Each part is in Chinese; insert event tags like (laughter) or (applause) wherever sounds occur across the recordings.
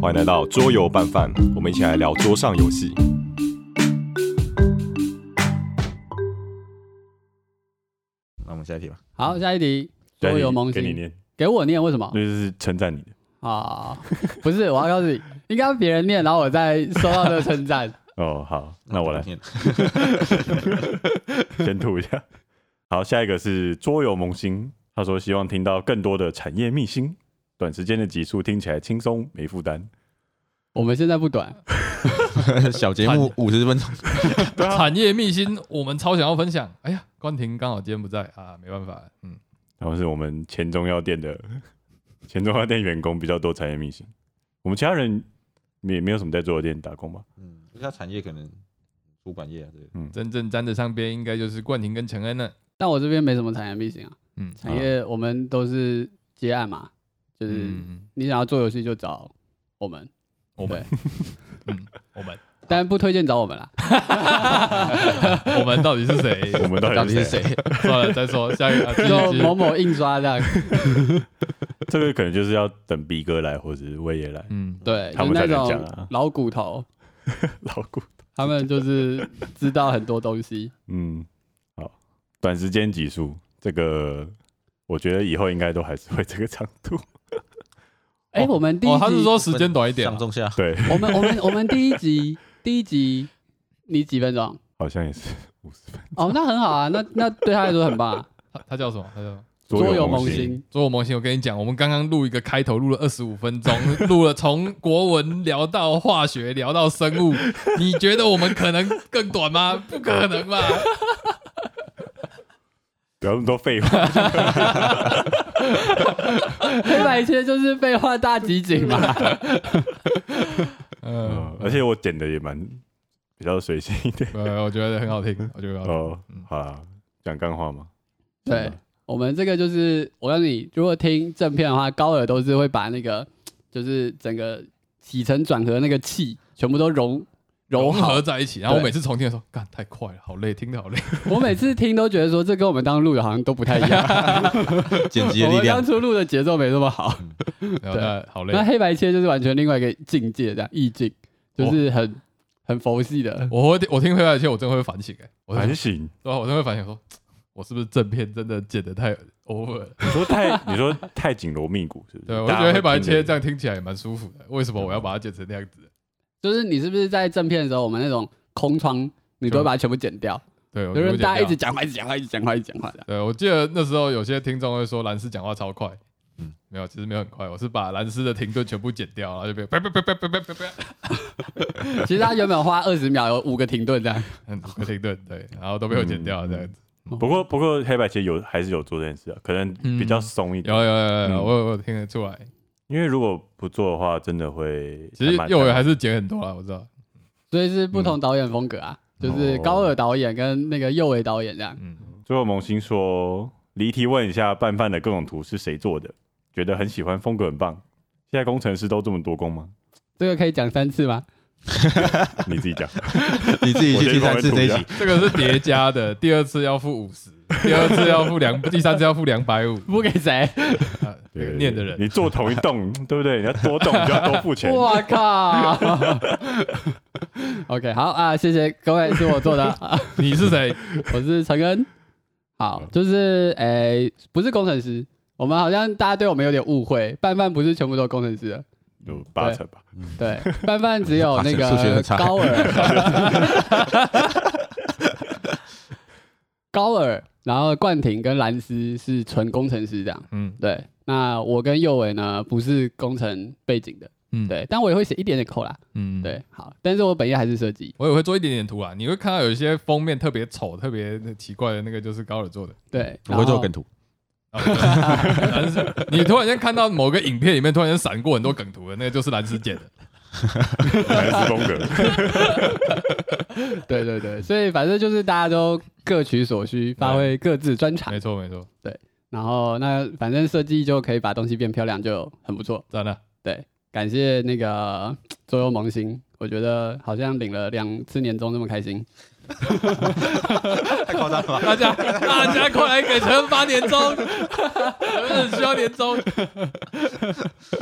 欢迎来到桌游拌饭，我们一起来聊桌上游戏。那我们下一题吧。好，下一题，桌游萌给你新，念，给我念为什么那就是称赞你的。啊？不是，我要告诉你， (laughs) 应该别人念，然后我再收到这称赞。哦，好，那我来 (laughs) 念。先吐一下。好，下一个是桌游萌新，他说希望听到更多的产业秘辛，短时间的集数听起来轻松没负担。我们现在不短， (laughs) 小节目五十分钟，产业秘辛，我们超想要分享。哎呀，关婷刚好今天不在啊，没办法，嗯，然后是我们前中药店的 (laughs) 前中药店员工比较多产业秘辛，我们其他人也没有什么在桌游店打工吧？嗯，其他产业可能出版业啊之类的，真正沾得上边应该就是冠廷跟陈恩了。但我这边没什么产业秘辛啊。嗯产业我们都是接案嘛，就是嗯，你想要做游戏就找我们，我们，嗯，我们，但不推荐找我们啦。嗯我们到底是谁？我们到到 (laughs) 底底是是谁？谁？算了，再说下一个，啊继续就继 (laughs) 续某某印刷这样，这个可能就是要等逼哥来或者是威爷来，嗯，对，他就们才那能讲种啊。老骨头，老顾，他们就是知道很多东西。嗯，好，短时间集数这个，我觉得以后应该都还是会这个长度。哎、哦我们第一哦集，，他是说时间短一点啊上，中下，对，我们我们我们第一集第一集你几分钟？好像也 (laughs) 是五十分。 (laughs) 哦，那很好啊，那那对他来说很棒啊。他他叫什么？他叫什么桌游萌萌，新，所以我萌新，我跟你讲，我们刚刚录一个开头，录了二十五分钟， (laughs) 录了从国文聊到化学，聊到生物，你觉得我们可能更短吗？不可能 (laughs) 吧？不要那么多废话。黑白切就是废话大集锦嘛。嗯嗯，哦而且我剪的也蛮比较随性一点。呃，我觉得很好听，我觉得很好听。哦，好啦，讲干话嘛。对，我们这个就是，我告诉你，如果听正片的话，高尔都是会把那个就是整个起承转合那个气全部都融融融好合。在一起，然后我对每次重听的时候，干太快了，好累，听得好累。 (laughs) 我每次听都觉得说，这跟我们当录的好像都不太一样。剪辑我的力 (laughs) 们当量，初录的节奏没那么好。然后那好累那，黑白切就是完全另外一个境界，这样意境就是很、很佛系的。我会我听回来以前，我真的会反省哎、我还真是的行。对啊，我真的会反省说，我是不是正片真的剪得太 over (laughs) 了？你说 (laughs) 太，你说太紧锣密鼓是不是？对，我就大觉家得会黑白听切得这样听起来也蛮舒服的，为什么我要把它剪成那样子？就是你是不是在正片的时候，我们那种空窗，你都会把它全部剪掉，对，我就就会是嗯剪大家一掉直。讲话，一直讲话，一直讲话，一直讲话的。对，我记得那时候有些听众会说蓝斯讲话超快，嗯嗯，没有，其实没有很快，我是把蓝斯的停顿全部剪掉，然后就变啪啪啪啪啪啪啪 (laughs) 啪，其实他原本花二十秒有五个停顿这样。嗯，五个停顿，对，然后都被我剪掉了这样子。不过不过黑白切有还是有做这件事啊，可能比嗯较松一点有。有有有有，嗯我有我有听得出来，因为如果不做的话，真的会其实蛮右尾还是剪很多啊了，我知道。所以是不同导演风格啊，嗯哦就是高尔导演跟那个右维导演这样。嗯，最后萌新说，离题问一下拌饭的各种图是谁做的，觉得很喜欢，风格很棒。现在工程师都这么多工吗？这个可以讲三次吗？你自己 (laughs) 讲。你自己我去先听三次帮这你一吐集一，这个是叠加的，第二次要付五 (laughs) 十，第二次要付两，第三次要付两百五。不给谁？啊那个念的人，你做同一栋，对不对？你要多栋，你就要多付 (laughs) 钱。我靠！OK，好啊，谢谢各位，是我做的， (laughs) 啊你是谁？我是陈恩。好，就是诶、不是工程师，我们好像大家对我们有点误会，拌饭不是全部都是工程师的，有八成吧。对，拌饭只 (laughs) 有那数学个很差高尔，高尔，然后冠廷跟兰斯是纯工程师这样。嗯对，那我跟右伟呢不是工程背景的，嗯，对，但我也会写一点点扣啦，嗯，对，好，但是我本业还是设计，我也会做一点点图啊。你会看到有一些封面特别丑、特别奇怪的那个，就是高尔做的。对，我会做跟梗图，啊 (laughs) 对蓝斯，你突然间看到某个影片里面突然间闪过很多梗图的，那个就是蓝斯剪的。还是风格。 (laughs) 对对对，所以反正就是大家都各取所需，发挥各自专长没，错没错，然后那反正设计就可以把东西变漂亮，就很不错。赞啊了。感谢那个桌游萌新，我觉得好像领了两次年终这么开心，太夸张了吧？ (laughs) 大家大家快来给陈恩发年 (laughs) 终，陈恩很需要年终。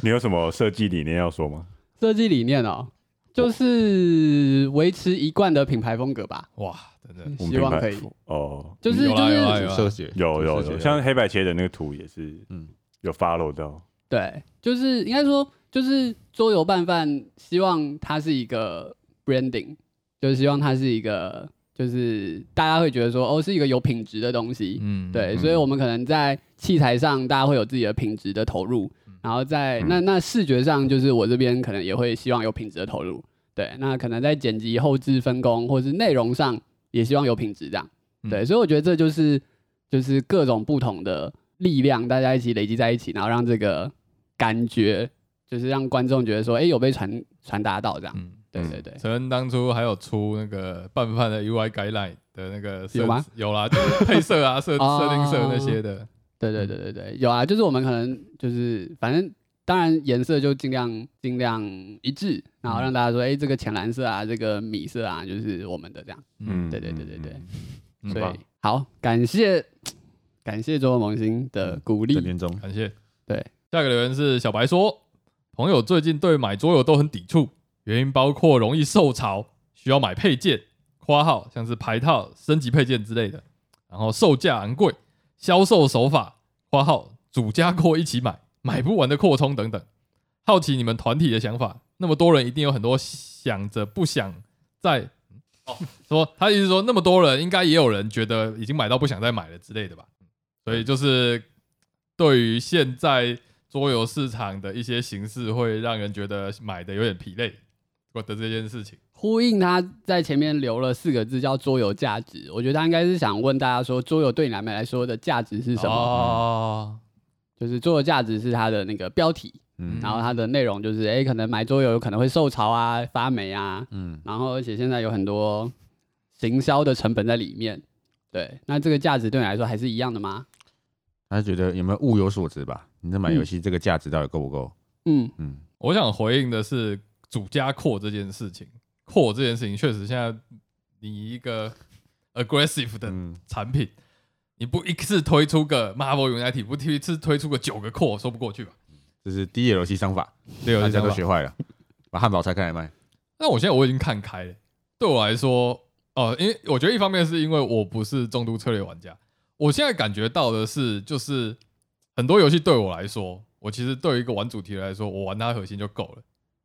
你有什么设计理念要说吗？设计理念哦，就是维持一贯的品牌风格吧，哇，真的我们希望品牌可以，哦，就是有就啦有啦是有啦社学有有社有，学像黑白切的那个图也是，嗯嗯，有 follow 到，对，就是应该说就是桌游拌饭，希望它是一个 branding，就是希望它是一个就是大家会觉得说哦是一个有品质的东西，嗯，对，嗯所以我们可能在器材上，大家会有自己的品质的投入，嗯然后在那那视觉上，就是我这边可能也会希望有品质的投入。对，那可能在剪辑、后置分工或是内容上，也希望有品质这样。对，嗯所以我觉得这就是就是各种不同的力量，大家一起累积在一起，然后让这个感觉就是让观众觉得说，哎、有被传传达到这样。嗯，对对对，陈恩当初还有出那个拌饭的 UI guideline 的那个设有吗？有啦，就是配色啊、设 (laughs) 哦设定色那些的，对对对嗯对对，有啊，就是我们可能就是反正当然颜色就尽量尽量一致，然后嗯让大家说，哎、这个浅蓝色啊，这个米色啊，就是我们的这样。嗯，对对对对对嗯，嗯所棒以好，感谢感谢周萌新的嗯鼓励正，年中感谢。对，下一个留言是小白说，朋友最近对买桌游都很抵触，原因包括容易受潮，需要买配件（括号像是牌套、升级配件之类的），然后售价昂贵，销售手法（括号主家过一起买，买不完的扩充等等）。好奇你们团体的想法，那么多人一定有很多想着不想再。嗯哦，说他意思说那么多人，应该也有人觉得已经买到不想再买了之类的吧，所以就是对于现在桌游市场的一些形式，会让人觉得买的有点疲累。我的这件事情，呼应他在前面留了四个字叫桌游价值，我觉得他应该是想问大家说，桌游对你来来说的价值是什么？哦，就是桌游价值是它的那个标题，嗯然后它的内容就是，哎、可能买桌游有可能会受潮啊、发霉啊，嗯然后而且现在有很多行销的成本在里面。对，那这个价值对你来说还是一样的吗？他觉得有没有物有所值吧？你在买嗯游戏这个价值到底够不够？嗯，嗯，我想回应的是主家扩这件事情，扩这件事情确实现在你一个 aggressive 的嗯产品，你不一次推出个 Marvel Unity，不一次推出个九个扩，说不过去吧？这是第一游戏商法，对，大我就家想都法学坏了，把汉堡拆开来卖。那我现在我已经看开了，对我来说，哦，因为我觉得一方面是因为我不是重度策略玩家，我现在感觉到的是，就是很多游戏对我来说，我其实对于一个玩主题来说，我玩它的核心就够了。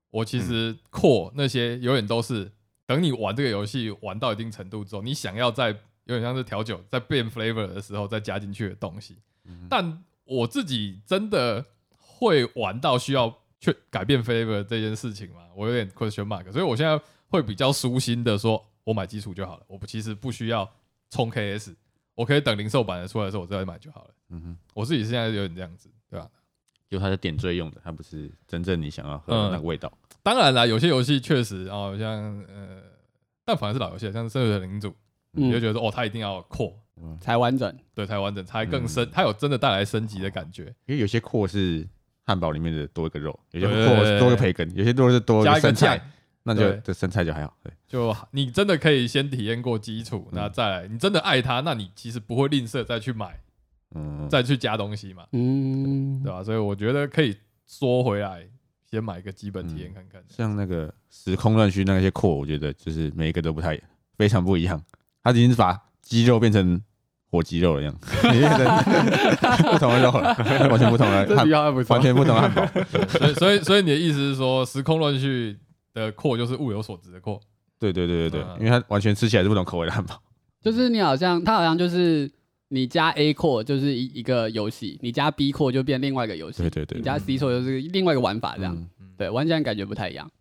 我其实扩那些永远都是等你玩这个游戏玩到一定程度之后，你想要在有点像是调酒在变 flavor 的时候再加进去的东西。但我自己真的会玩到需要去改变 flavor 这件事情吗？我有点 question mark，所以我现在会比较舒心的说，我买基础就好了，我不其实不需要冲 KS，我可以等零售版的出来的时候我再买就好了。嗯哼，我自己现在有点这样子，对吧、就它是点缀用的，它不是真正你想要喝嗯的那个味道。当然啦，有些游戏确实哦，像呃，但反而是老游戏，啊像《生死的领主》，你就嗯，觉得说哦，它一定要扩，才完整。对，才完整，才更升，它有真的带来升级的感觉。因为有些扩是汉堡里面的多一个肉，有些对扩是多个培根，有些多是多加一个生酱菜，，那就对这生菜就还好。对，就你真的可以先体验过基础，那再来，你真的爱它，那你其实不会吝啬再去买，嗯，再去加东西嘛，嗯，对吧、所以我觉得可以缩回来，先买个基本体验看看。像那个时空乱序那些扩，我觉得就是每一个都不太非常不一样，它已经是把鸡肉变成火鸡肉了一样， (laughs) 已经变成不同的肉了，完全不同的这汉句，话还不错完。全不同的汉堡。 (laughs) 所以，所以，所以你的意思是说，时空乱序的扩就是物有所值的扩，对对对对对嗯，因为它完全吃起来是不同口味的汉堡。就是你好像，它好像就是你加 A 扩就是一一个游戏，你加 B 扩就变另外一个游戏，对对对你，加 C 扩就是另外一个玩法这样。嗯对，完全感觉不太一样。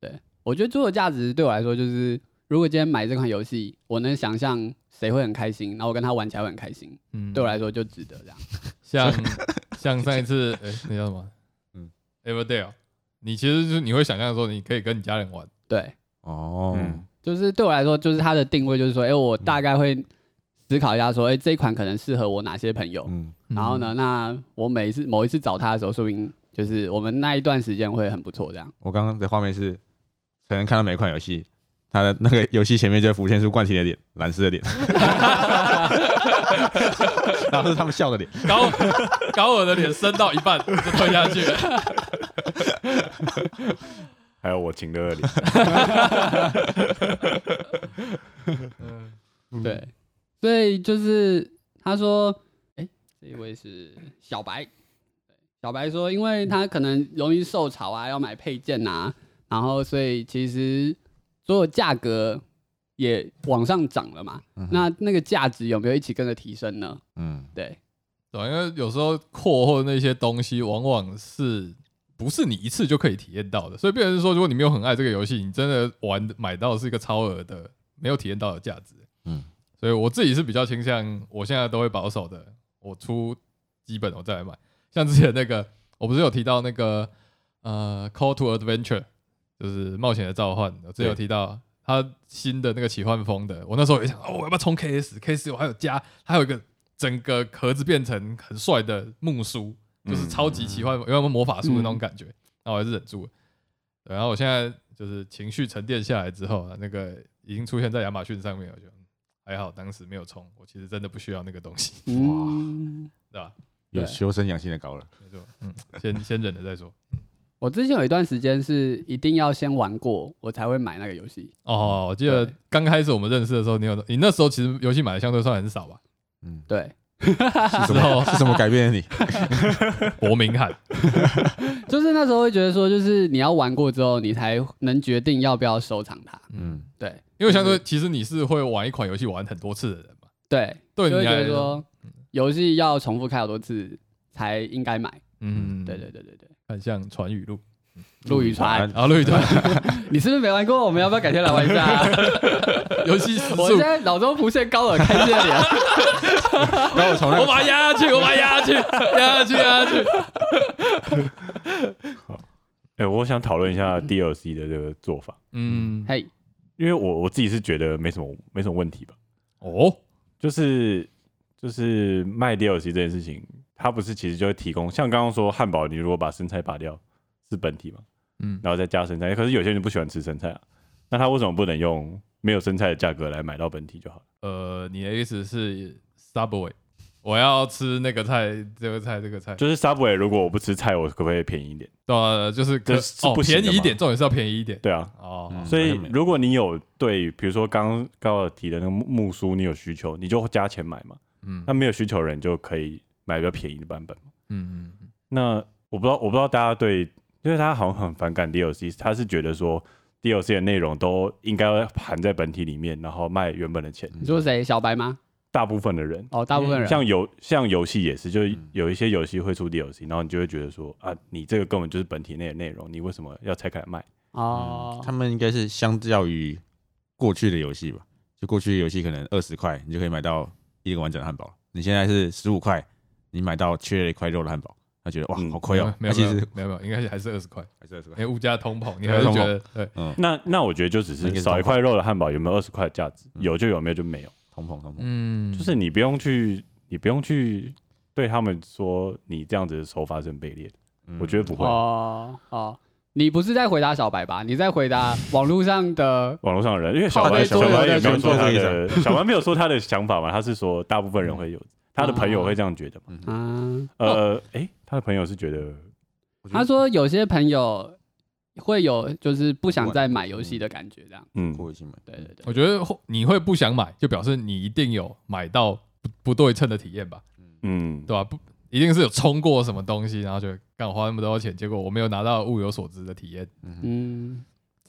对我觉得桌游价值对我来说就是，如果今天买这款游戏，我能想象谁会很开心，然后我跟他玩起来会很开心，嗯，对我啊来说就值得这样。像像上一次，哎、那叫什么？嗯嗯，Everdale，你其实就是你会想象说，你可以跟你家人玩，对，哦，嗯就是对我来说，就是它的定位就是嗯说，哎、我大概会思考一下说，哎、这一款可能适合我哪些朋友。嗯，然后呢，那我每一次某一次找他的时候，说明就是我们那一段时间会很不错这样。我刚刚的画面是，可能看到每一款游戏，它的那个游戏前面就会浮现出冠廷的脸，蓝色的 (laughs) 脸，然后是他们笑的脸，高高尔的脸伸到一半就退下去了。还有我情的恶灵，嗯，对，所以就是他说，哎、这一位是小白，小白说，因为他可能容易受潮啊，要买配件啊，然后所以其实所有价格也往上涨了嘛，嗯哼那那个价值有没有一起跟着提升呢？嗯，对，对啊，因为有时候扩或那些东西，往往是不是你一次就可以体验到的，所以变成是说，如果你没有很爱这个游戏，你真的玩买到是一个超额的，没有体验到的价值。嗯，所以我自己是比较倾向，我现在都会保守的，我出基本我再来买。像之前那个，我不是有提到那个呃《Call to Adventure》，就是冒险的召唤，我之前有提到它新的那个奇幻风的，我那时候也想，哦，我要不要冲 KS？KS 我还有加，还有一个整个盒子变成很帅的木梳，就是超级奇幻，有点魔法书嗯的那种感觉。那我还是忍住了。对，然后我现在就是情绪沉淀下来之后啊，那个已经出现在亚马逊上面，我就嗯还好，当时没有冲，我其实真的不需要那个东西， (laughs) 嗯，对吧？有对修身养性的高了，没错，嗯，先先忍了再说。我之前有一段时间是一定要先玩过，我才会买那个游戏。哦，我记得对刚开始我们认识的时候，你有你那时候其实游戏买的相对算很少吧？嗯，对，啊是什之后哦么是什么改变 (laughs) 了你？伯明翰，就是那时候会觉得说，就是你要玩过之后，你才能决定要不要收藏它。嗯，对因为相对其实你是会玩一款游戏玩很多次的人嘛。对，对就会你觉来得说游戏要重复开好多次才应该买。嗯，对对，对对对，看像传语录陆羽晚传，安啊，陆 (laughs) 羽传你是不是没玩过？我们要不要改天来玩一下、 (laughs) 游戏时我现速，在脑中浮现高尔开心的 (laughs) 脸，然后我从那我个哦把它压下去，我把它压下去，压下去，压下去。 (laughs) 哎、我想讨论一下 DLC 的这个做法，嗯，嘿，因为我我自己是觉得没什么没什么问题吧，哦，就是就是卖 DLC 这件事情，它不是其实就会提供，像刚刚说汉堡，你如果把生菜拔掉是本体嘛，嗯，然后再加生菜，可是有些人不喜欢吃生菜啊，那他为什么不能用没有生菜的价格来买到本体就好了？呃，你的意思是 Subway，我要吃那个菜，这个菜，这个菜，就是 Subway 如果我不吃菜，我可不可以便宜一点？呃，就是可这是哦，不行的便嘛宜一点，重点是要便宜一点。对啊，哦，嗯所以好像没有如果你有对，比如说刚刚高尔提的那个木木梳，你有需求，你就加钱买嘛。嗯那没有需求的人就可以买比较便宜的版本。嗯嗯那我不知道，我不知道大家对，因为大家好像很反感 DLC，他是觉得说 DLC 的内容都应该含在本体里面，然后卖原本的嗯钱。你说谁？小白吗？大部分的人，哦，大部啊分人。像游像游戏也是，就是嗯有一些游戏会出 DLC，然后你就会觉得说啊，你这个根本就是本体内的内容，你为什么要拆开来卖？哦，嗯他们应该是相较于过去的游戏吧，就过去的游戏可能二十块你就可以买到一个完整的汉堡，你现在是十五块，你买到缺了一块肉的汉堡，他觉得哇嗯好没亏有哦，那没有其没有实没有没有，应该还是二十块，还是二十因为块，物价通膨，你还是觉得对，那那我觉得就只那应是该是少一同块款肉的汉堡有没有二十块的价值？嗯有就有，没有就没有。通膨通膨，嗯，就是你不用去，你不用去对他们说你这样子的手法是很卑劣的，嗯我觉得不会。哦哦，你不是在回答小白吧？你在回答网络上的网络上的人，因为小靠白背小桌游白也在没有群说众他会的 (laughs) 小白没有说他的想法嘛，他是说大部分人会有他的朋友会这样觉得嘛。嗯，呃，诶，他的朋友是觉得我觉他得说有些朋友会有就是不想再买游戏的感觉，这样。嗯，过一起买，对对对，我觉得你会不想买，就表示你一定有买到不不对称的体验吧，嗯，对吧？不，一定是有冲过什么东西，然后觉得干我花那么多钱，结果我没有拿到物有所值的体验。嗯，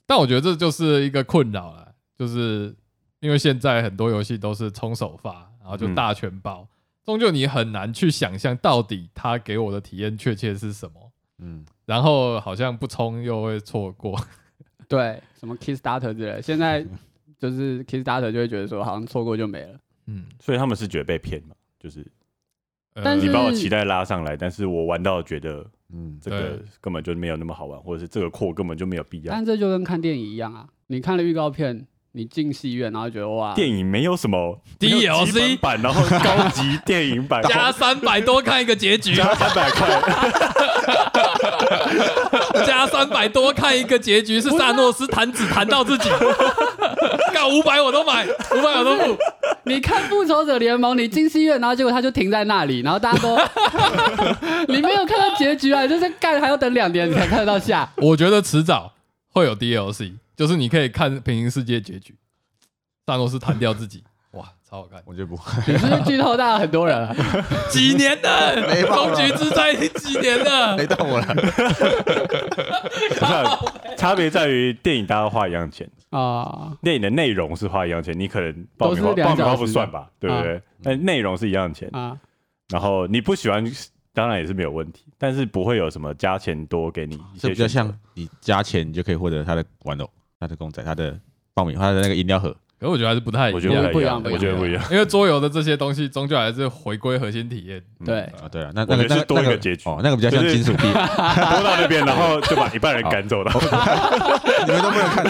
但我觉得这就是一个困扰了，就是因为现在很多游戏都是冲首发，然后就大全包，终究你很难去想象到底它给我的体验确切是什么。嗯，然后好像不冲又会错过， (laughs) 对，什么 Kickstarter 之类的，现在就是 Kickstarter 就会觉得说好像错过就没了。嗯，所以他们是觉得被骗嘛，就是呃但是你把我期待拉上来，但是我玩到觉得嗯这个根本就没有那么好玩，或者是这个扩根本就没有必要。但这就跟看电影一样啊，你看了预告片，你进戏院然后觉得哇，电影没有什么 DLC 没有基本版，然后高级电影版加三百多看一个结局，加三百块， (laughs) 加三百多看一个结局是萨诺斯弹指弹到自己，干五百我都买，五百我都付，你看《复仇者联盟》，你进戏院，然后结果它就停在那里，然后大家都你没有看到结局啊，你就是干还要等两年你才看得到下。我觉得迟早会有 DLC，就是你可以看平行世界结局，萨诺斯弹掉自己，哇，超好看！我觉得不 (laughs) 会。你是不是剧透到很多人啊了？几年了，没办法终局之战已经几年了，雷到哎我了，不是啊差别在于电影大家花一样钱，啊，电影的内容是花一样钱，你可能爆米都花是两爆米花小时嗯不算吧，对不对？但内容是一样的钱，啊，然后你不喜欢，当然也是没有问题，但是不会有什么加钱多给你一这些比选择较像你加钱，你就可以获得他的玩偶、他的公仔、他的爆米花、他的那个饮料盒。可是我觉得还是不太一我觉得样，不不太一一样样，不一样我觉得不一 (laughs) 样，因为桌游的这些东西终究还是回归核心体验。对，啊，对了，那我那觉个得那是多一个那结局哦，那个比较像就是金属 (laughs) 币， (laughs) 多到那边，然后就把一半人赶走了。你们都不能看。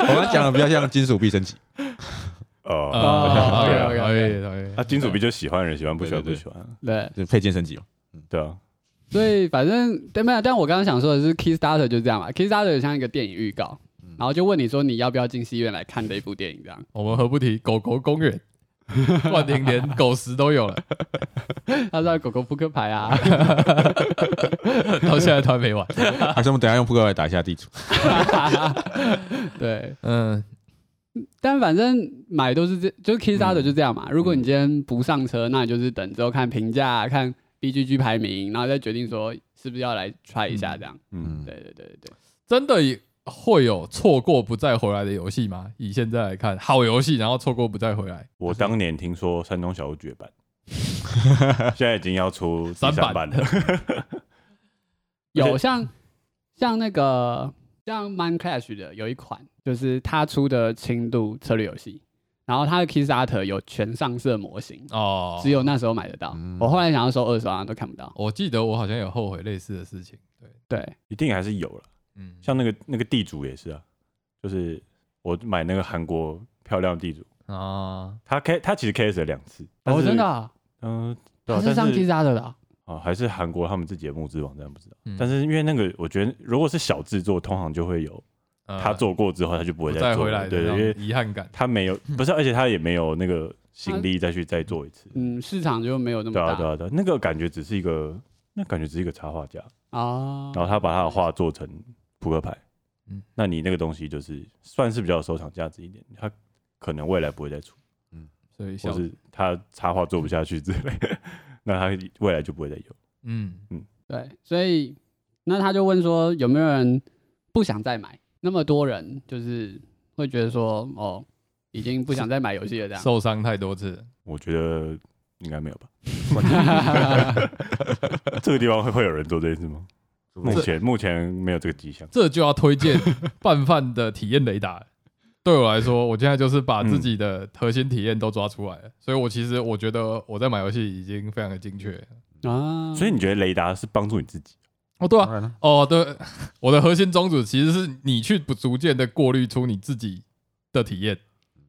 我刚讲的比较像金属币升级，哦，啊，对啊对啊，可以，可以那。金主币就喜欢人喜欢，不喜欢对不对喜欢，啊对，就配件 (laughs) 升级哦。对啊，所以反正对没有，但我刚刚想说的是，Kickstarter 就这样嘛，Kickstarter 像一个电影预告，然后就问你说你要不要进戏院来看这一部电影，这样。我们何不提狗狗公园？冠廷连狗食都有了，他知道狗狗扑克牌啊， (laughs) 到现在都还没玩。还是我们等一下用扑克牌打一下地主？对，嗯，但反正买都是这，就是 Kickstarter 嗯就这样嘛。如果你今天不上车，那你就是等之后看评价，看 BGG 排名，然后再决定说是不是要来 try 一下这样。嗯，嗯，对对对对对，真的会有错过不再回来的游戏吗？以现在来看，好游戏然后错过不再回来，我当年听说山东小屋绝 (laughs) 版，现在已经要出第三版版了。而且有像像那个像 Mind Clash 的有一款，就是它出的轻度策略游戏，然后它的 Kickstarter 有全上色模型，哦，只有那时候买得到。嗯我后来想要收二手啊，都看不哦到。我记得我好像有后悔类似的事情。对，对， (laughs) 一定还是有了。嗯，像那个那个地主也是啊，就是我买那个韩国漂亮地主，啊，他 K 他其实 K S 了两次，但哦，是真的、啊，嗯，对啊，它是上但是 Kickstarter 的啊啊、还是韩国他们自己的募资网站不知道，嗯但是因为那个我觉得如果是小制作，通常就会有呃他做过之后他就不不会再做回来了，的对那对，因为种遗憾感。他没有不是，而且他也没有那个心力再去再做一次，嗯，市场就没有那么对啊大对啊对啊，那个感觉只是一个那感觉只是一个插画家，啊然后他把他的画做成扑克牌，嗯那你那个东西就是算是比较有收藏价值一点，他可能未来不会再出，所以或小是他插画做不下去之类 (laughs) 的，那他未来就不会再有。嗯，对，所以那他就问说有没有人不想再买？那么多人就是会觉得说哦，已经不想再买游戏 (laughs) 了这样。受伤太多次了，我觉得应该没有吧？ (laughs) 啊这个地方会会有人做这件事 (laughs) 吗？目前目前没有这个迹象。这就要推荐拌饭的体验雷达了。对我来说，我现在就是把自己的核心体验都抓出来了，所以我其实我觉得我在买游戏已经非常的精确。啊，所以你觉得雷达是帮助你自己？哦，对当啊，然了，哦对，我的核心宗旨其实是你去不逐渐的过滤出你自己的体验。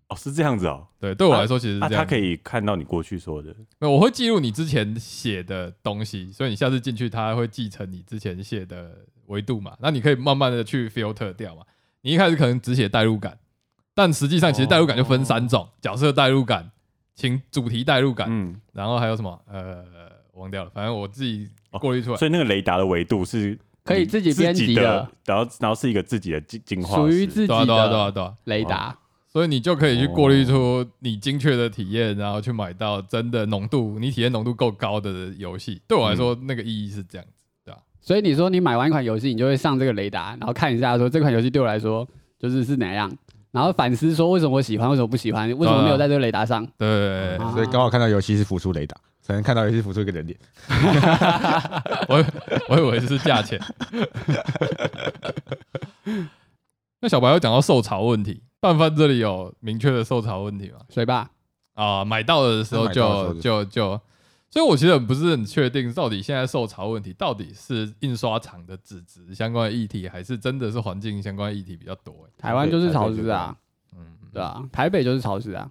哦，是这样子哦。对，对我来说其实是啊，这样他子。可以看到你过去说的，没有，我会记录你之前写的东西，所以你下次进去，它会继承你之前写的维度嘛。那你可以慢慢的去 filter 掉嘛。你一开始可能只写代入感，但实际上其实代入感就分三种：角色代入感、情主题代入感，嗯，然后还有什么？呃，忘掉了，反正我自己过滤出来。哦所以那个雷达的维度是可以自己编自辑己的的，，然后然后是一个自己的进进化史，哦属于自己对啊，对啊，对啊，的对啊。雷达。所以你就可以去过滤出你精确的体验，然后去买到真的浓度，你体验浓度够高的游戏。对我来说，那个意义是这样。所以你说你买完一款游戏，你就会上这个雷达，然后看一下说这款游戏对我来说就是是哪样，然后反思说为什么我喜欢，为什么不喜欢，为什么啊没有在这个雷达上。对对对对啊所以刚好看到游戏是浮出雷达，才能看到游戏浮出一个人脸。我以我以为是价钱。那小白有讲到受潮问题，拌饭这里有明确的受潮问题吗？水吧，啊，买到的时候买到的时就候就就就，所以我其实很不是很确定，到底现在受潮问题到底是印刷厂的纸质相关的议题，还是真的是环境相关议题比较多、欸？台湾就是潮湿啊，嗯，对吧、台北就是潮湿啊，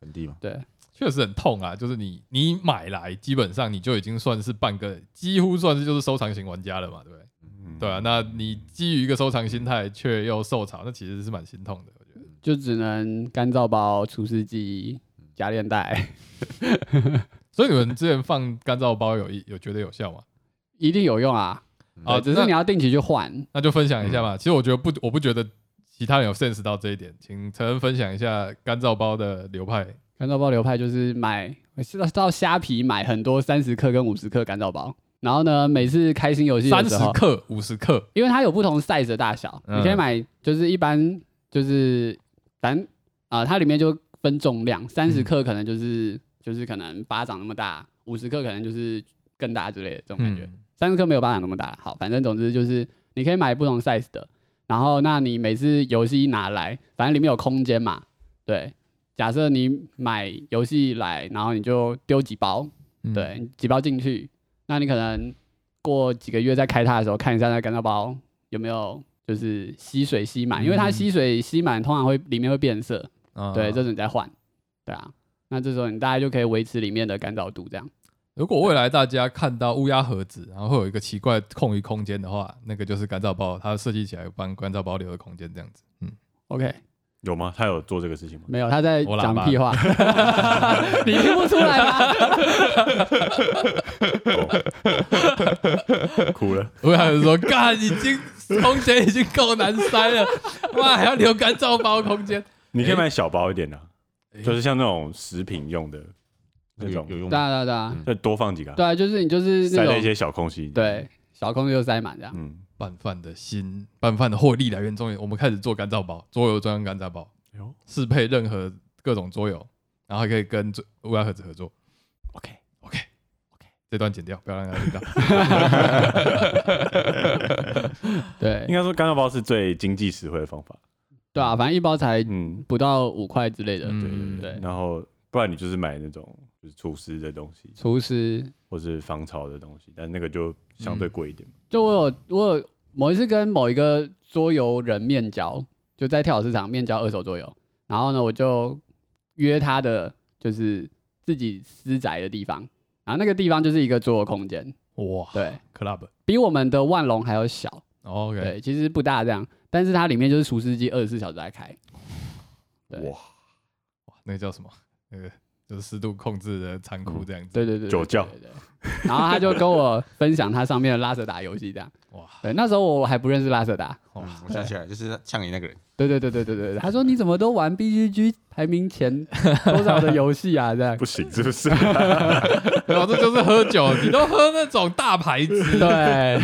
本地嘛，对，确实很痛啊，就是你你买来，基本上你就已经算是半个，几乎算是就是收藏型玩家了嘛，对不对？嗯对啊，那你基于一个收藏心态却又受潮，那其实是蛮心痛的。我觉得就只能干燥包、除湿嗯机、夹链袋。所以你们之前放干燥包有有觉得有效吗？一定有用啊！啊，只是你那要定期去换。那就分享一下吧。其实我觉得不，我不觉得其他人有 sense 到这一点，请陈恩分享一下干燥包的流派。干燥包流派就是买，我是到到虾皮买很多三十克跟五十克干燥包，然后呢，每次开新游戏三的十时候，克、五十克，因为它有不同 size 的大小，嗯你可以买就是一般就是咱啊、它里面就分重量，三嗯十克可能就是、就是可能巴掌那么大，五十克可能就是更大之类的这种感觉。嗯三十克没有巴掌那么大。好，反正总之就是你可以买不同 size 的，然后那你每次游戏一拿来，反正里面有空间嘛，对。假设你买游戏来，然后你就丢几包，嗯，对，几包进去，那你可能过几个月再开它的时候，看一下那干燥包有没有就是吸水吸满，因为它嗯吸水吸满通常会里面会变色，啊对，这时候你再换，对啊，那这时候你大概就可以维持里面的干燥度这样。如果未来大家看到乌鸦盒子，然后会有一个奇怪空余空间的话，那个就是干燥包，它设计起来帮干燥包留的空间这样子。嗯， OK，有吗？他有做这个事情 (laughs) 吗？没有他在我喇讲叭屁话，你听不出来吗？哭了，乌鸦盒子说：“干，已经空间已经够难塞了，哇，还要留干燥包空间。你可以买小包一点的、啊，诶就是像那种食品用的那有种，有用 (laughs) 对吗？啊对啊对啊，再多放几个啊、对啊，就是你就是塞那了一种些小空隙。，对啊小空就塞满这样。嗯，”拌饭的心，拌饭的获利来源终于，我们开始做干燥包，桌游专用干燥包。有适配任何各种桌游，然后还可以跟桌乌鸦盒子合作。OK OK OK，这段剪掉，不要让他听到。对应该说干燥包是最经济实惠的方法。对啊，反正一包才嗯，不到五块之类的。嗯 (laughs) 对对对然后不然你就是买那种就是厨师的东西，厨师或是防潮的东西，但那个就相对贵一点。就我有我有某一次跟某一个桌游人面交，就在跳蚤市场面交二手桌游，然后呢我就约他的就是自己私宅的地方，然后那个地方就是一个桌游空间，嗯哇对， ，Club 比我们的万隆还要小，哦 OK，对，其实不大这样，但是它里面就是厨师机二十四小时在开，对哇，哇那个叫什么？那个就是湿度控制的仓嗯库这样子。对对对，对酒窖对对对然后他就跟我分享他上面的拉舍达游戏这样，哇对，那时候我还不认识拉舍达，哦哇，嗯我想起来，就是呛你那个人，对对对对对对，对他说你怎么都玩 BGG 排名前多少的游戏啊？这样不行，是不 (laughs) 是？然啊后这就是喝酒，你都喝那种大牌子，对，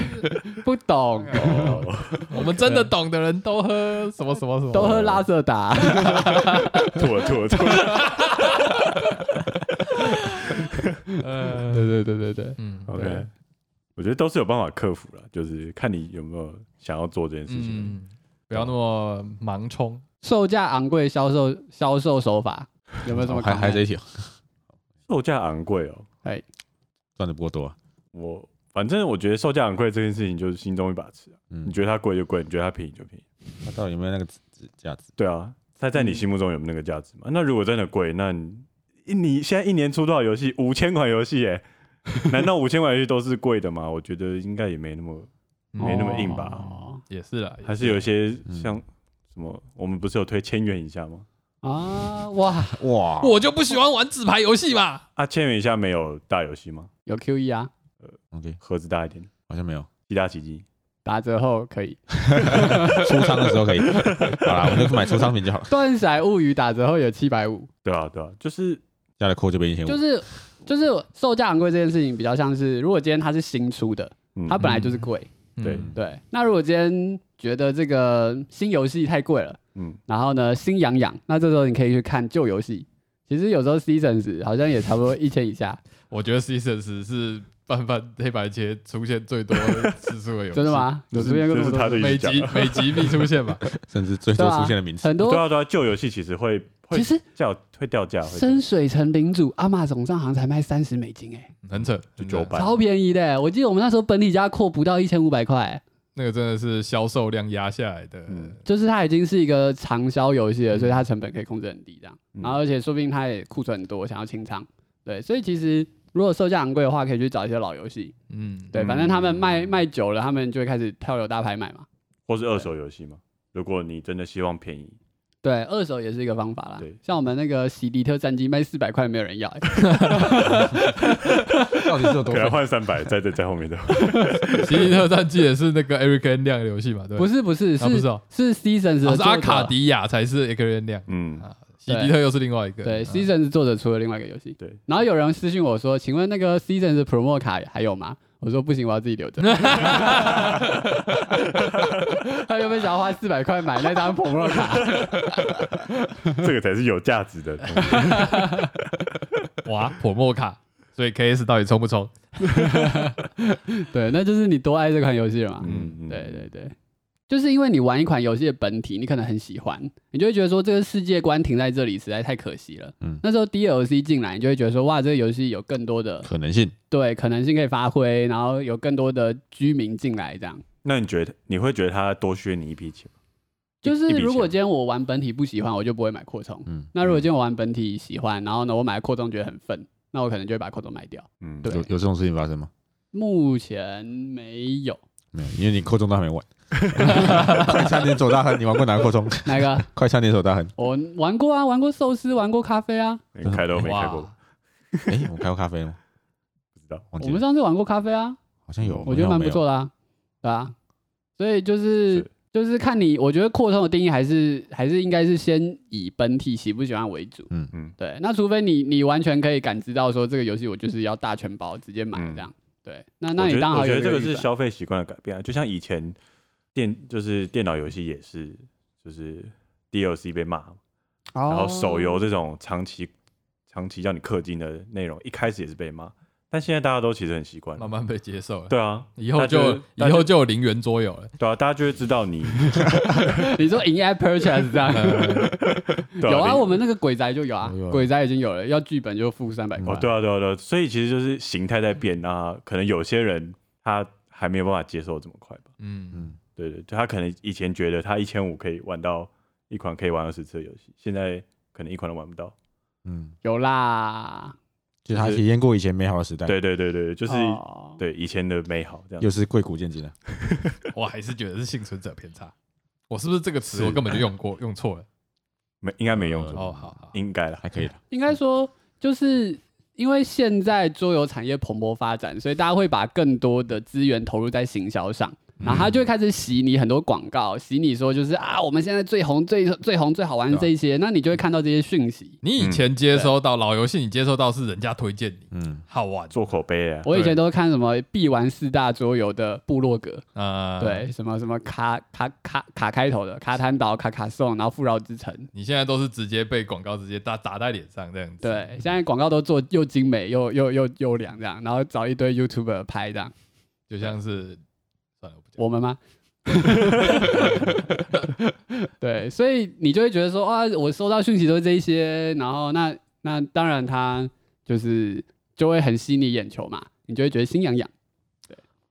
不懂，哦 (laughs) 我们真的懂的人都喝什么什么什么，都喝拉舍达，吐了吐了吐了。呃。对对对对对，嗯 OK，我觉得都是有办法克服了，就是看你有没有想要做这件事情。嗯，不要那么盲冲。售价昂贵销售销售手法有没有什哦么哦还看法？还这一条售价昂贵哦，赚的不够 (laughs) 多啊，我反正我觉得售价昂贵这件事情就是心中一把尺啊。嗯你觉得它贵就贵，你觉得它便宜就便宜。那到底有没有那个值值价值？对啊，它在你心目中有没有那个价值嘛？那如果真的贵，那你一你现在一年出多少游戏？五千款游戏耶， (laughs) 难道五千款游戏都是贵的吗？我觉得应该也没那么，嗯没那么硬吧哦也是啦，还是有一些像什么，我们不是有推千元以下吗？啊哇，哇，我就不喜欢玩纸牌游戏嘛。啊，千元以下没有大游戏吗？有 QE 啊， OK，盒子大一点，好像没有。其他奇迹。打折后可以。出仓的时候可以。好啦，我们就买出商品就好了，断骰物语打折后有七百五，对啊，对啊，就是加了扣就哎变一千五。就是就是售价昂贵这件事情比较像是，如果今天它是新出的，嗯它本来就是贵，对嗯对。那如果今天觉得这个新游戏太贵了，嗯，然后呢心痒痒，那这时候你可以去看旧游戏。其实有时候 seasons 好像也差不多一千以 (laughs) 下，我觉得 Seasons 是拌饭黑白切出现最多次数的游戏，真的？吗？有出现过就这是么他多？的啊每意思讲集每集必出现吧？甚至最多出现的名词，很对多啊，对啊，旧游戏其实会会其实叫会掉价，会深水城领主阿玛总上好像才卖三十美金哎、 (laughs) 很扯，就很扯九百，超便宜的、我记得我们那时候本体价扩不到一千五百块欸、那个真的是销售量压下来的。嗯就是它已经是一个长销游戏了，所以它成本可以控制很低，这样。嗯然后而且说不定它也库存很多，想要清仓。对，所以其实如果售价昂贵的话，可以去找一些老游戏。嗯，对，嗯反正他们卖卖久了，他们就会开始跳楼大拍卖嘛。或是二手游戏嘛。如果你真的希望便宜，对，二手也是一个方法啦对。像我们那个洗底特战机卖四百块，没有人要、欸到底是有多可能废？换三百，在在在后面的。 (laughs) 《奇迹特战记》也是那个 Eric N 亮的游戏嘛？对吧，不是不是啊不是是哦是 Seasons 的哦是作阿者卡迪亚才是 Eric N 亮，嗯，喜迪特又是另外一个。对嗯 Seasons 作者出了另外一个游戏。对，然后有人私信我说：“请问那个 Seasons Promo 卡还有吗？”我说：“不行，我要自己留着。” (laughs) 他原本想要花四百块买那张 Promo 卡，这个才是有价值的东西。 (laughs) 哇，破莫卡，所以 KS 到底冲不冲？对，那就是你多爱这款游戏了嘛。嗯，嗯对对对，就是因为你玩一款游戏的本体，你可能很喜欢，你就会觉得说这个世界观停在这里实在太可惜了。嗯那时候 DLC 进来，你就会觉得说哇，这个游戏有更多的可能性对可能性可以发挥，然后有更多的居民进来，这样。那你觉得你会觉得他多削你一笔钱吗？就一是笔钱如果今天我玩本体不喜欢，我就不会买扩充。嗯那如果今天我玩本体喜欢，然后呢我买了扩充觉得很愤，那我可能就会把扩充卖掉。嗯，对有有这种事情发生吗？目前没有没有，因为你扩充都还没玩。快餐连锁大亨，你玩过哪个扩充？哪 (laughs) 个，快餐连锁大亨，我玩过啊，玩过寿司，玩过咖啡啊。你开都没开过吧，哇，哎、我们开过咖啡吗？不知道。忘我记们了，上次玩过咖啡啊，好像有，我觉得蛮不错的啊，对啊，所以就是是就是看你，我觉得扩充的定义还是还是应该是先以本体喜不喜欢为主，嗯嗯对，那除非你你完全可以感知到说这个游戏我就是要大全包直接买嗯这样，对，那那我觉你得当我好觉有得这个个预是算消费习惯的改变啊，就像以前电就是电脑游戏也是，就是 DLC 被骂，然后手哦游这种长期长期让你氪金的内容，一开始也是被骂，但现在大家都其实很习惯了慢。慢被接受了。对啊，以后大就家以后就有零元桌游了，对啊，大家就会知道你你说 in app purchase 这样，对有啊，你我们那个鬼宅就有啊有有，鬼宅已经有了，要剧本就付三百块哦，，对啊，对啊，对啊，所以其实就是形态在变啊，可能有些人他还没有办法接受这么快吧。嗯，嗯，对对，就他可能以前觉得他一千五可以玩到一款可以玩二十次的游戏，现在可能一款都玩不到。嗯，有啦，就是他体验过以前美好的时代，，对对对对，就是、哦对以前的美好这样。又是贵谷渐进了，我还是觉得是幸存者偏差。我是不是这个词我根本就用过用错了？没应该没用呃错，哦，好好，应该啦。还可以了，应该说，就是因为现在桌游产业蓬勃发展，所以大家会把更多的资源投入在行销上，然后他就会开始洗你很多广告，洗你说就是啊，我们现在最红、最最红、最好玩的这一些，那你就会看到这些讯息。你以嗯前接收到老游戏，你接收到是人家推荐你，嗯，好玩，做口碑啊，我以前都看什么必玩四大桌游的部落格，呃，对，什么什么卡卡卡卡开头的卡坦岛、卡卡颂，然后富饶之城，你现在都是直接被广告直接打打在脸上这样子。对，现在广告都做又精美又又又优良这样，然后找一堆 YouTuber 拍这样，就像是算了，我不讲。我们吗？ (laughs) 对，所以你就会觉得说，哇，我收到讯息都是这一些，然后那那当然它就是就会很吸你眼球嘛，你就会觉得心痒痒。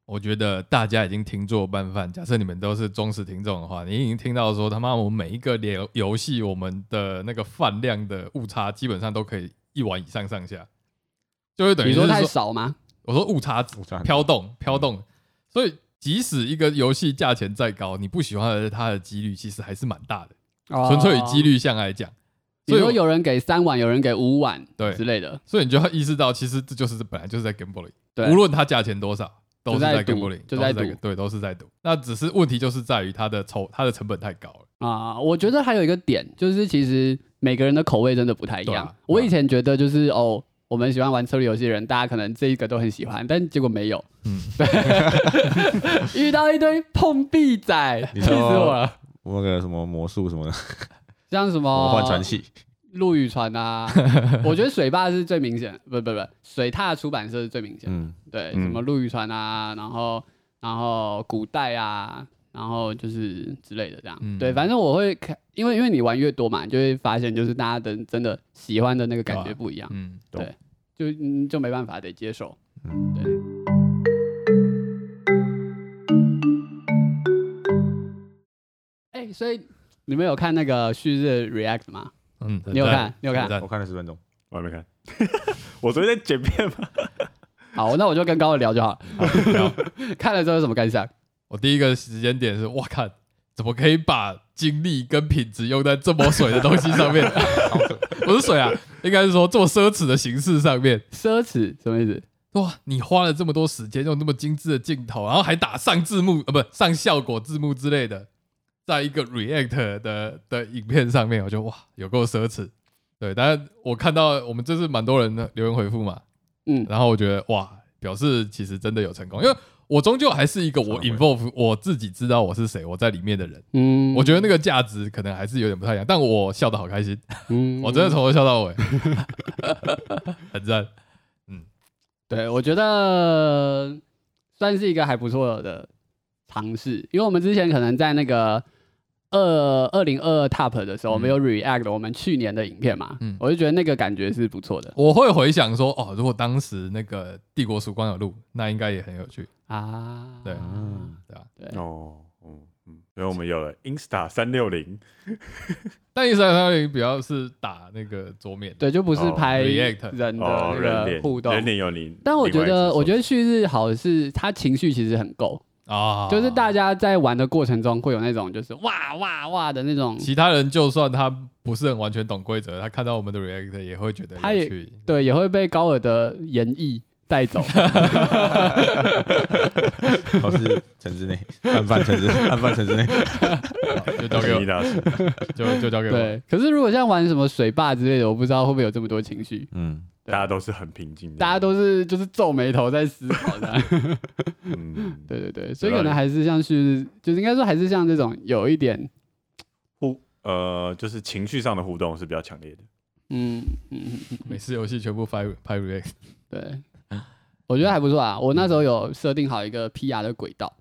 我觉得大家已经听做拌饭，假设你们都是忠实听众的话，你已经听到说他妈我们每一个游游戏，我们的那个饭量的误差基本上都可以一碗以上上下，就会等于你是说说太少吗？我说误差值我这飘动飘动，所以即使一个游戏价钱再高，你不喜欢的它的几率其实还是蛮大的，纯粹以几哦，率项来讲，比如所以说我有人给三碗，有人给五碗，对之类的，所以你就要意识到，其实这就是本来就是在 gambling，对无论它价钱多少，都是就在赌 gambling，就都在是赌对，都是在赌。那只是问题就是在于它的筹，它的成本太高了。啊、我觉得还有一个点就是，其实每个人的口味真的不太一对样。啊我以前觉得就是哦，我们喜欢玩策略游戏的人，大家可能这一个都很喜欢，但结果没有，嗯， (laughs) 遇到一堆碰壁仔，气 (laughs) 你死说我了。我那个什么魔术什么的，像什魔么幻传奇，陆羽传啊，我觉得水坝是最明显，不不不，水踏出版社是最明显。嗯，对，嗯什么陆羽传啊，然后然后古代啊，然后就是之类的这样。嗯对，反正我会看，因为因为你玩越多嘛，你就会发现就是大家的真的喜欢的那个感觉对啊不一样，嗯，懂就嗯就没办法得接受。嗯对。哎、所以你们有看那个旭日 React 吗？嗯，你有看？你有有看？我看了十分钟，我还没看。 (laughs) 我昨天在剪片嘛，好，那我就跟高文聊就好了。 (laughs) 好看了之后有什么感想？我第一个时间点是，哇看，怎么可以把精力跟品质用在这么水的东西上 (laughs) 面？ (laughs) 不是水啊，应该是说这么奢侈的形式上面。奢侈什么意思？哇，你花了这么多时间，用那么精致的镜头，然后还打上字幕，呃，不上效果字幕之类的，在一个 React 的的影片上面，我就哇，有够奢侈。对，但是我看到我们这次蛮多人的留言回复嘛，嗯，然后我觉得哇，表示其实真的有成功，因为我终究还是一个我 involve 我自己知道我是谁，我在里面的人。嗯，我觉得那个价值可能还是有点不太一样，但我笑得好开心，嗯我真的从头笑到尾， (laughs) 很赞。对，我觉得算是一个还不错的尝试，因为我们之前可能在那个二二零二二 Top 的时候，我们有 React 我们去年的影片嘛，嗯我就觉得那个感觉是不错的我会回想说，哦，如果当时那个《帝国曙光》有录，那应该也很有趣，啊。对嗯对吧、啊？对哦，嗯嗯，所以我们有了 Insta 三六零，但一三三零比较是打那个桌面，，对，就不是哦拍人，React 的哦，嗯那人个脸互动。人脸有你，但我觉得，我觉得得旭日好是他情绪其实很够，啊，就是大家在玩的过程中会有那种就是哇哇哇的那种其他人就算他不是很完全懂规则，他看到我们的 React 也会觉得他有也趣。对，也会被高尔的演绎带走。 (laughs) 我哦是城之内，按半城之， (laughs) 按半城之内。啊就 (laughs) 交给我，大师，就就交给我。对，可是如果像玩什么水坝之类的，我不知道会不会有这么多情绪，嗯，大家都是很平静的，大家都是就是皱眉头在思考的。啊嗯，对对对，所以可能还是像是就是应该说还是像这种有一点，互呃就是情绪上的互动是比较强烈的。嗯嗯，嗯每次游戏全部拍拍 React，对，我觉得还不错啊。我那时候有设定好一个 PR 的轨道，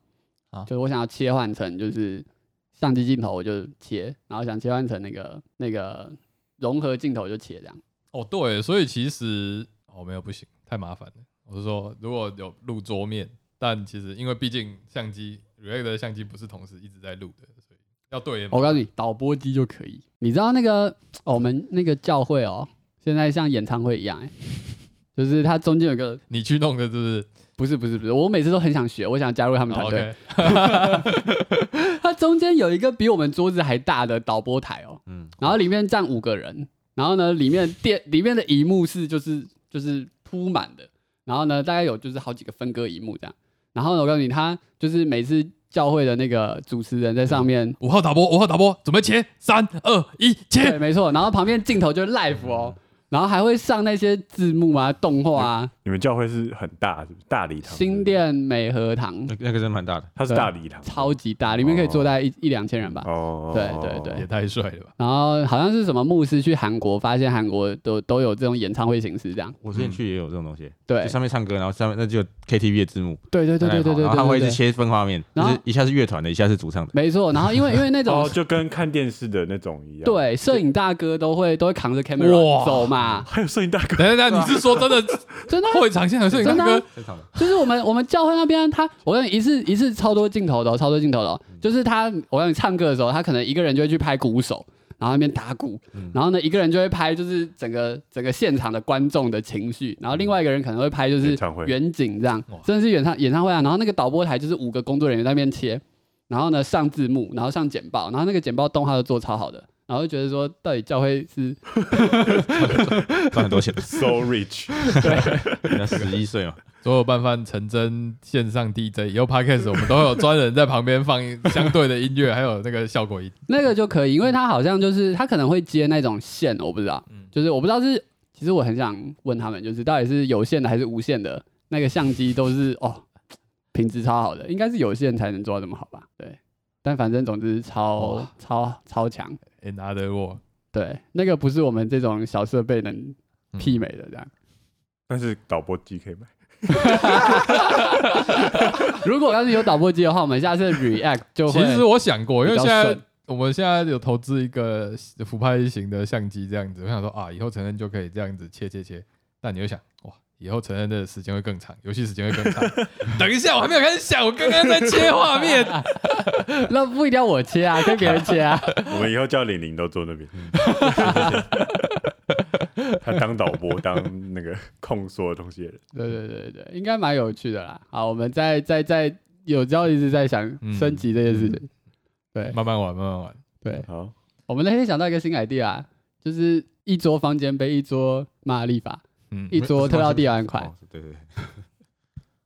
啊就是我想要切换成就是相机镜头我就切，然后想切换成那个那个融合镜头我就切这样。哦对，所以其实哦没有不行，太麻烦了。我是说，如果有录桌面，但其实因为毕竟相机 React 的相机不是同时一直在录的，所以要对也麻我告诉你，导播机就可以。你知道那个、哦我们那个教会哦，现在像演唱会一样、欸，就是它中间有个你去弄的，是不是？不是不是不是，我每次都很想学，我想加入他们团好队。哦 (laughs)，OK，它中间有一个比我们桌子还大的导播台哦，嗯然后里面站五个人，然后呢，里面电里面的荧幕是就是就是铺满的，然后呢，大概有就是好几个分割荧幕这样。然后呢，我告诉你，他就是每次教会的那个主持人在上面五号打波，五号打波，准备切，三二一， (laughs) 切对，！没错。然后旁边镜头就是 live 哦，然后还会上那些字幕啊、动画啊。哎你们教会是很大，是不是大礼堂？新店美和堂那那个真蛮大的，它是大礼堂，超级大，里面可以坐大概一一两千人吧。哦，对对对也太帅 (laughs) 了吧！然后好像是什么牧师去韩国，发现韩国都都有这种演唱会形式这样。我之前去也有这种东西，对就上面唱歌，然后上面那就有 KTV 的字幕，对对对对对对然后他会一对对直切分画面，就然后是一下是乐团的，一下是主唱的，没错。然后因为因为那种哦，就跟看电视的那种一样。，对摄影大哥都会都会扛着 camera 哇走嘛，还有摄影大 (laughs) 哥，等一下，等一下，你是说真的真的啊会场现场摄啊影 (laughs) 真的大啊哥？ (laughs) 正常的。就是我们我们教会那边，他我让你一次一次超多镜头的、哦，超多镜头的、哦，嗯就是他我让你唱歌的时候，他可能一个人就会去拍鼓手，然后那边打鼓，嗯然后呢一个人就会拍就是整个整个现场的观众的情绪，然后另外一个人可能会拍就是演唱会远景这样哇，真的是演唱演唱会啊，然后那个导播台就是五个工作人员在那边切，然后呢上字幕，然后上简报，然后那个简报动画都做超好的。然后就觉得说，到底教会是赚很多 (laughs) 钱， so rich，人家十一岁嘛，所有拌饭成真线上 DJ，以后 Podcast 我们都会有专人在旁边放相对的音乐，还有那个效果音。那个就可以，因为他好像就是他可能会接那种线，我不知道，嗯就是我不知道是，其实我很想问他们，就是到底是有线的还是无线的，那个相机都是哦，品质超好的，应该是有线才能做到这么好吧？对，但反正总之超哇超超强， Another War，对，那个不是我们这种小设备能嗯媲美的这样。但是导播机可以买。 (laughs) 如果要是有导播机的话，我们下次 React 就其会，实我想过，因为比较现在顺我哦们现在有投资一个俯拍型的相机，这样子，我想说啊，以后成人就可以这样子切切切。但你又想，哇，以后成人的时间会更长，游戏时间会更 (laughs) 长。等一下，我还没有开始想，我刚刚在切画面。那不一定要我切啊，跟别人切啊。我们以后叫玲玲都坐那 (laughs) 边，他当导播，当那个控所有东西的人。对对对对，应该蛮有趣的啦。好，我们再再再有朝一日再想嗯升级这件事情。对 (laughs) 慢慢玩，慢慢玩。对，好，我们那天想到一个新 idea，就是啊一桌方间杯，一桌玛丽法，嗯， (laughs) 一桌特到地板款。哦，对对对，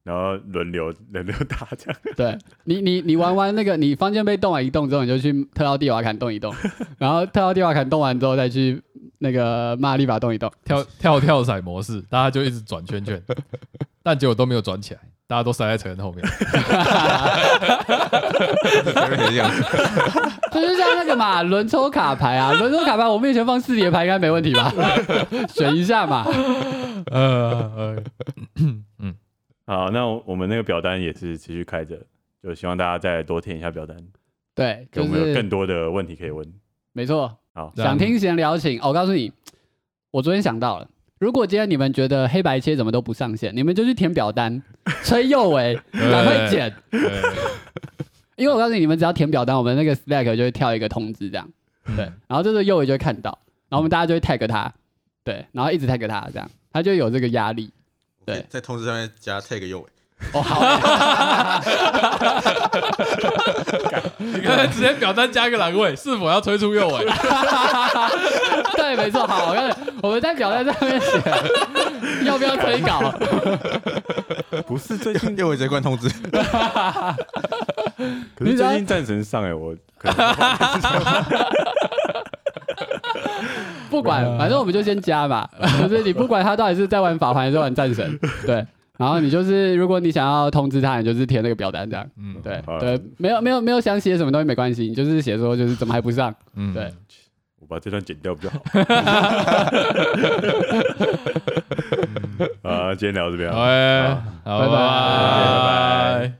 然后轮流轮流打这样，对你，你你玩完那个，你方间被动完一动之后，你就去特奥蒂瓦坎动一动，然后特奥蒂瓦坎动完之后再去那个玛丽法动一动。跳跳跳伞模式，大家就一直转圈圈，但结果都没有转起来，大家都塞在车后面。这样 (laughs) 子，就是像那个嘛，轮抽卡牌啊，轮抽卡牌，我面前放四叠牌应该没问题吧？ (laughs) 选一下嘛。 (laughs) 呃，呃好，那我们那个表单也是持续开着，就希望大家再多填一下表单，对，给就我们有是更多的问题可以问。没错。好，这样想听闲聊请，哦我告诉你，我昨天想到了，如果今天你们觉得黑白切怎么都不上线，你们就去填表单，吹 (laughs) 右尾，赶快剪。对因为我告诉你，你们只要填表单，我们那个 Slack 就会跳一个通知这样，嗯对，然后这时候右伟就会看到，然后我们大家就会 tag 他，对，然后一直 tag 他这样，他就有这个压力。对在通知上面加 tag 右尾，哦，好 (laughs) 欸，你刚才直接表单加一个栏位，是否要推出右尾？对，没错，好，我刚才我们在表单上面写， (laughs) 要不要催稿？不是最近， (laughs) 右尾直接关通知，可是你知道最近战神上哎、我可能不 (laughs) 管，反正我们就先加吧， (laughs) 就是你不管他到底是在玩法环还是玩战 (laughs) 神，对。然后你就是，如果你想要通知他，你就是填那个表单这样，嗯，对好对，没有没有没有想写什么东西没关系，你就是写说就是怎么还不上，嗯对，我把这段剪掉比较好。 (laughs) 啊，今天聊到这边啊。哎，好，拜拜拜拜。